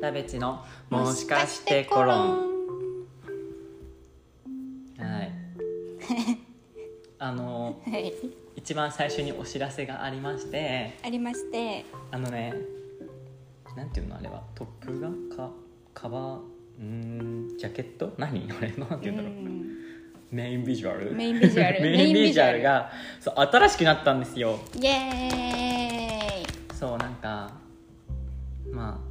ダベチのもしかしてコロンはい あのはい一番最初にお知らせがありましてありましてあのねなんていうのあれはトップガンかカバーうーんジャケット何あれなんていうんだろう、んメインビジュアルメインビジュアル メインビジュアルがそう新しくなったんですよイエーイそうなんかまあ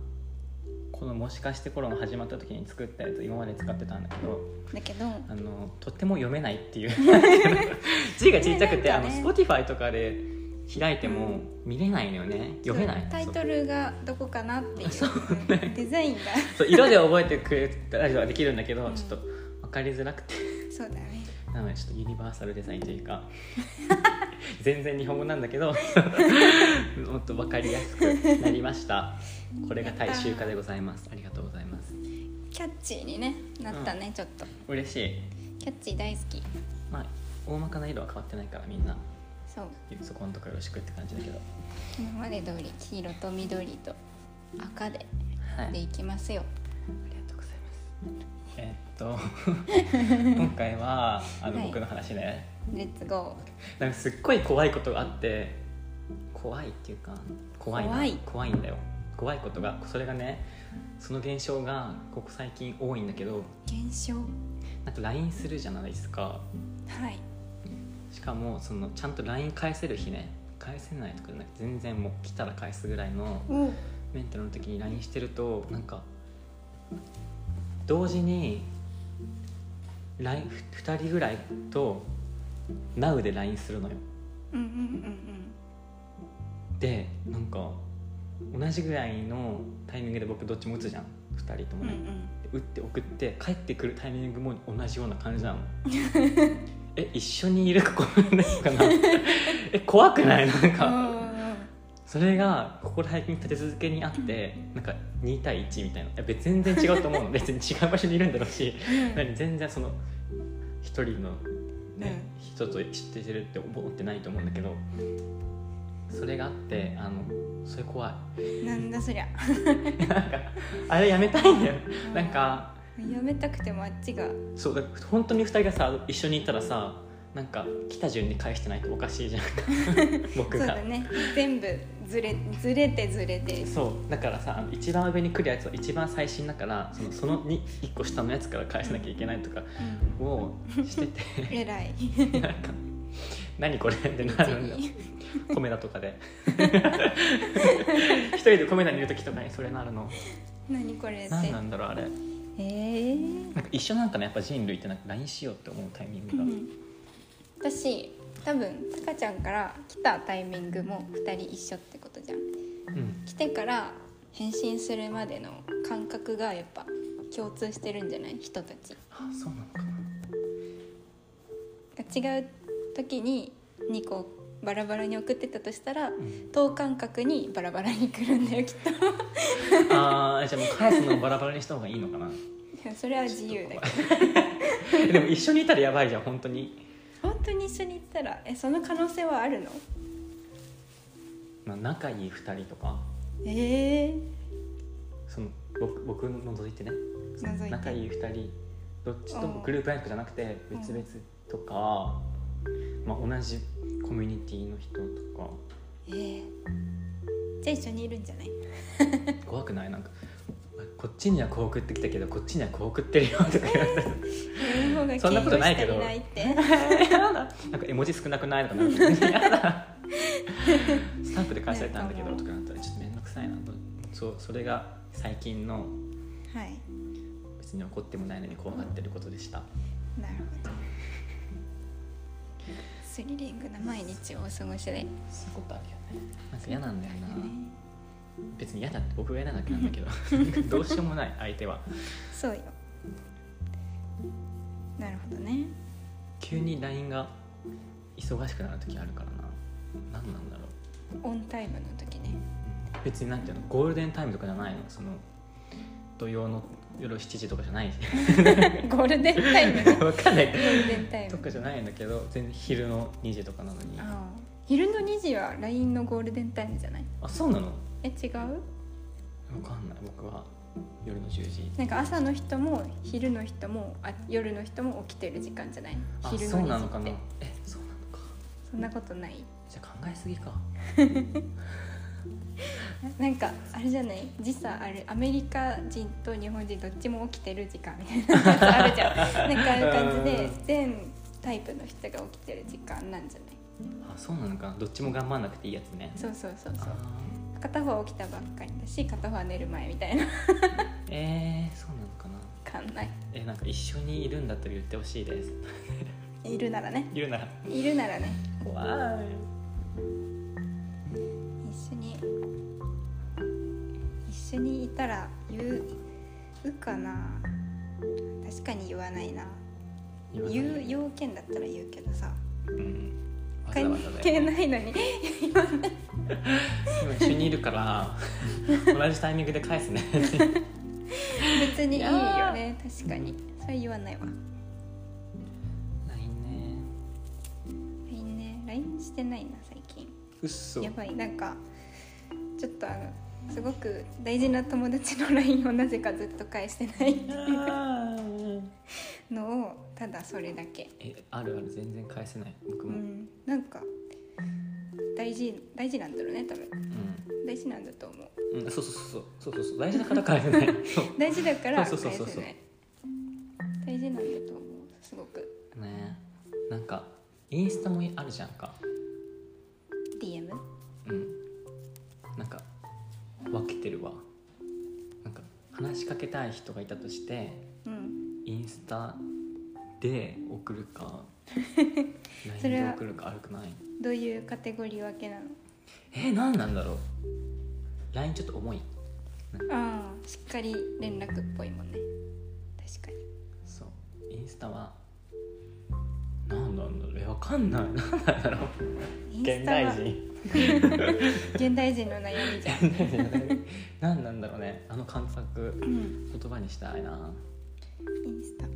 この「もしかしてコロン」始まった時に作ったやつ今まで使ってたんだけどだけどあのとっても読めないっていう 字がちっちゃくて、ねなあんかのね Spotify とかで開いても見れないのよね、読めないタイトルがどこかなっていうそううんデザインがそう色で覚えてくれたりはできるんだけど、うんちょっと分かりづらくてそうだねなのでちょっとユニバーサルデザインとい うか全然日本語なんだけどもっと分かりやすくなりましたこれが大衆化でございますありがとうございますキャッチーにねなったね、ちょっと嬉しいキャッチー大好きまあ大まかな色は変わってないからみんなそうそこのとこよろしくって感じだけど今まで通り黄色と緑と赤ではいでいきますよありがとうございますえっと今回はあの、はい僕の話ねレッツゴなんかすっごい怖いことがあって怖いっていうか怖いな怖い怖いんだよ怖いことがそれがねその現象がここ最近多いんだけどー現象なんか LINE するじゃないですかはいしかもそのちゃんと LINE 返せる日ね返せないとかじゃなくて全然もう来たら返すぐらいのおメンタルの時に LINE してるとなんか同時に2人ぐらいと Now で LINE するのようんうんうんでなんか同じぐらいのタイミングで僕どっちも打つじゃん2人ともうんうんうね、ん打って送って帰ってくるタイミングも同じような感 じなのえ一緒にいるここなんかなえ怖くないなんうか、んそれがここら辺に立て続けにあってなんか2対1みたいないや別に全然違うと思う の別に違う場所にいるんだろうし何全然その一人の、ね人と知ってるって思ってないと思うんだけどそれがあってあのそれ怖いうんなんだそりゃなんかあれやめたいんだよなんかやめたくてもあっちがそうだ本当に2人がさ一緒にいたらさなんか来た順に返してないとおか しいじゃん僕そうがだね全部ずれずれてずれてそうだからさあの一番上に来るやつは一番最新だからそのそのに1個下のやつから返さなきゃいけないとかをしてて えらいなんか何これってなるんだよコメダと かで一人でコメダにいる時とかにそれなるの何これっ何てなんだろうあれなんえーか一緒なんかねやっぱ人類ってなんか LINE しようって思うタイミングうが、ん私多分たかちゃんから来たタイミングも2人一緒ってことじゃんうん、来てから返信するまでの感覚がやっぱ共通してるんじゃない人たちあそうなのかな違う時に2個バラバラに送ってたとしたらん等間隔にバラバラに来るんだよきっと いあーじゃあもう返すのをバラバラにした方がいいのかなやそれは自由だけどでも一緒にいたらやばいじゃん本当に、本当に一緒に行ったらえその可能性はあるのまあ、仲いい2人とかええその僕僕の除いてねその除いて仲いい2人どっちとうんもグループラインとかじゃなくてうん別々とか、まあ、同じコミュニティの人とかええじゃあ一緒にいるんじゃない怖くないなんかこっちにはこう送ってきたけどこっちにはこう送ってるよとか言われたら俺の方がそんなことないけ敬ど語足り ないってなんか絵文字少なくないとかなんか嫌 だスタンプで返されたんだけどとかなったらちょっと面倒くさいなとそうそれが最近のはい別に怒ってもないのに怖がってることでしたなるほどスリリングな毎日をお過ごしで、ね、そういうことあるよねなんか嫌なんだよな別に嫌だって僕が嫌なだけなんだけ どどうしようもない相手はそうよなるほどね急に LINE が忙しくなる時あるからな何なんだろうオンタイムの時 ね別になんていうのゴールデンタイムとかじゃないのその土曜の夜7時とかじゃ ないしゴールデンタイムのゴわかんないールデンタイとムかじゃないんだけど全然昼の2時とかなのにあああ昼の2時は LINE のゴールデンタイムじゃないそうなのえ違う分かんない僕は夜の10時なんか朝の人も昼の人もあ夜の人も起きてる時間じゃないあ昼そうなのの時かっなてえそうなのかそんなことないじゃあ考えすぎかなんかあれじゃない時差あるアメリカ人と日本人どっちも起きてる時間みたいなやつあるじゃ んなんかああいう感じでうん全タイプの人が起きてる時間なんじゃないあそうなのかなどっちも頑張んなくていいやつねそうそうそうそうあ片方は起きたばっかりだし片方は寝る前みたいなわーえー、そうなのかなかんないえなんか一緒にいるんだったら言ってほしいです いるならねいるならいるならね怖い一緒に一緒にいたら言う言うかな確かに言わないな言わない言う要件だったら言うけどさうんわざわ関ざだ係よないのに今一緒にいるから 同じタイミングで返すね別にいいいやよね確かにそれ言わないわ LINE ね LINE ね LINE してないな最近うっそやばいなんかちょっとあのすごく大事な友達の LINE をなぜかずっと返してないのをただそれだけえあるある全然返せない僕うも、うんんなんか大事大事なんだろうね多分大事なんだと思ううんそうそうそうそうそうそう大事だから返せないそ大事だからそ返うそうそうそうせない大事なんだと思うすごくうねなんかインスタもあるじゃんか DM うんなんか分けてるわなんか話しかけたい人がいたとしてうんインスタで送る かそ LINE れでは送るか悪くないどういうカテゴリー分けなのえ何なんだろう LINE ちょっと重いああしっかり連絡っぽいもんね確かにそうインスタは何なんだろうえわかんない何なんだろうインスタは人 現代人の悩みじゃん、現代人だね何なんだろうねあの感覚 うん、言葉にしたいなインスタ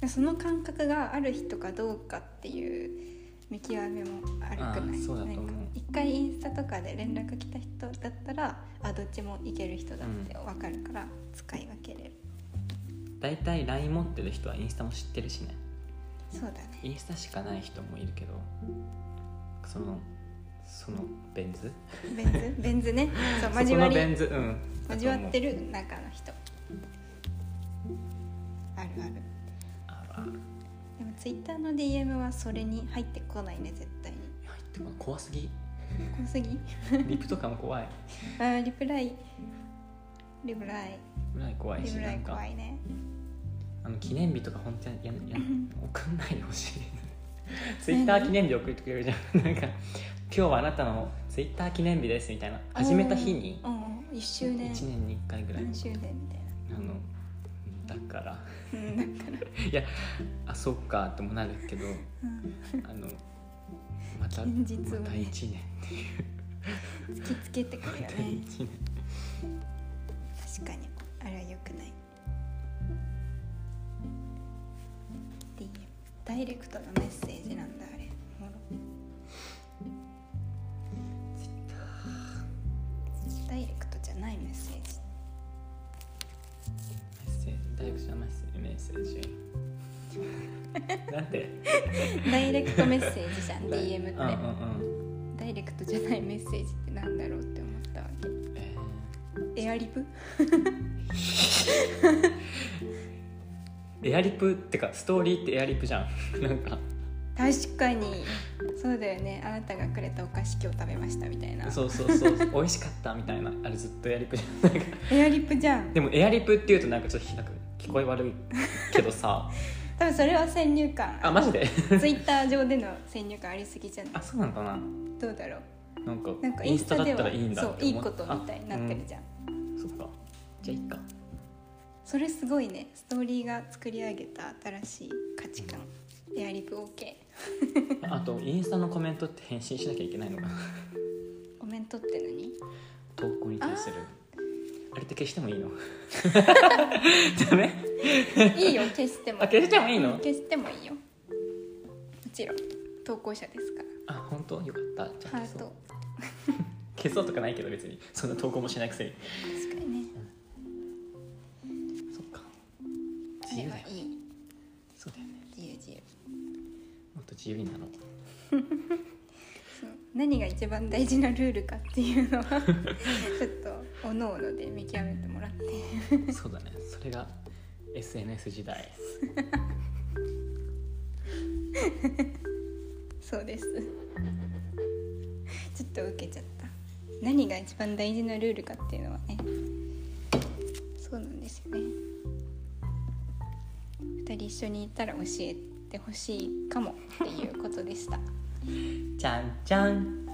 でその感覚がある人かどうかっていう見極めも悪くないあーそうだと思なうんか一回インスタとかで連絡来た人だったらあどっちもいける人だって分かるから使い分けれる、大体 LINE 持ってる人はインスタも知ってるしねそうだねインスタしかない人もいるけどそのそのベン図ベン ズベンズねそうそこ交わのベりン図うん交わってるる中の人あるあるあるあるでもツイッターの DM はそれに入ってこないね絶対に入ってこない怖すぎ怖すぎ リプとかも怖いあーリプライリプライぐらい怖いリしプラなイんか怖いねあの記念日とか本当にややや送んないで ほしいツイッター記念日送ってくれるじゃんなんか「今日はあなたのツイッター記念日です」みたいな始めた日にうんうん1周1年年に1回ぐらい何周年みたいあのだからなうんだからいやあそっかってもなるけどうんあのまた現実をねまた1年っ突てきつけてくるよまねた1年確かにあれは良くない DM ダイレクトのメッセージなんだあれおもろダイレクトじゃないメッセージメッセージ大学じゃメッセージメッセージなんてダイレクトメッセージじゃん DM って、うんうんうんダイレクトじゃないメッセージってなんだろうって思ったわえけエアリプーエアリプってかストーリーってエアリプじゃん なんか確かにそうだよねあなたがくれたお菓子今日食べましたみたいなそうそうそう美味しかったみたいなあれずっとエアリプじゃんなんかエアリプじゃんでもエアリプっていうとなんかちょっとなんか聞こえ悪いけ どさ多分それは先入観あマジでツイッター上での先入観ありすぎじゃない あそうなのかなどうだろうなんかなんかイインンススタタだっでたはらいいんだそうっていい思っことみたいになってるじゃん、あうんそっかじゃあいいかそれすごいねストーリーが作り上げた新しい価値観エアリプ OK あとインスタのコメントって返信しなきゃいけないのか なコメントって何投稿に対するあれって消してもいいのダメいいよ消してもあ消してもいいのうん消してもいいよもちろん投稿者ですかあ本当よかったじゃあらハ消ーそうト消そうとかないけど別にそんな投稿もしないくせに確かにねそうだよね自由自由もっと自由になろうそう何が一番大事なルールかっていうのは ちょっとおのおので見極めてもらってそうだねそれが SNS 時代そうですちょっと受けちゃった何が一番大事なルールかっていうのはねそうなんですよね2人一緒にいたら教えてほしいかもっていうことでしたじゃんじゃん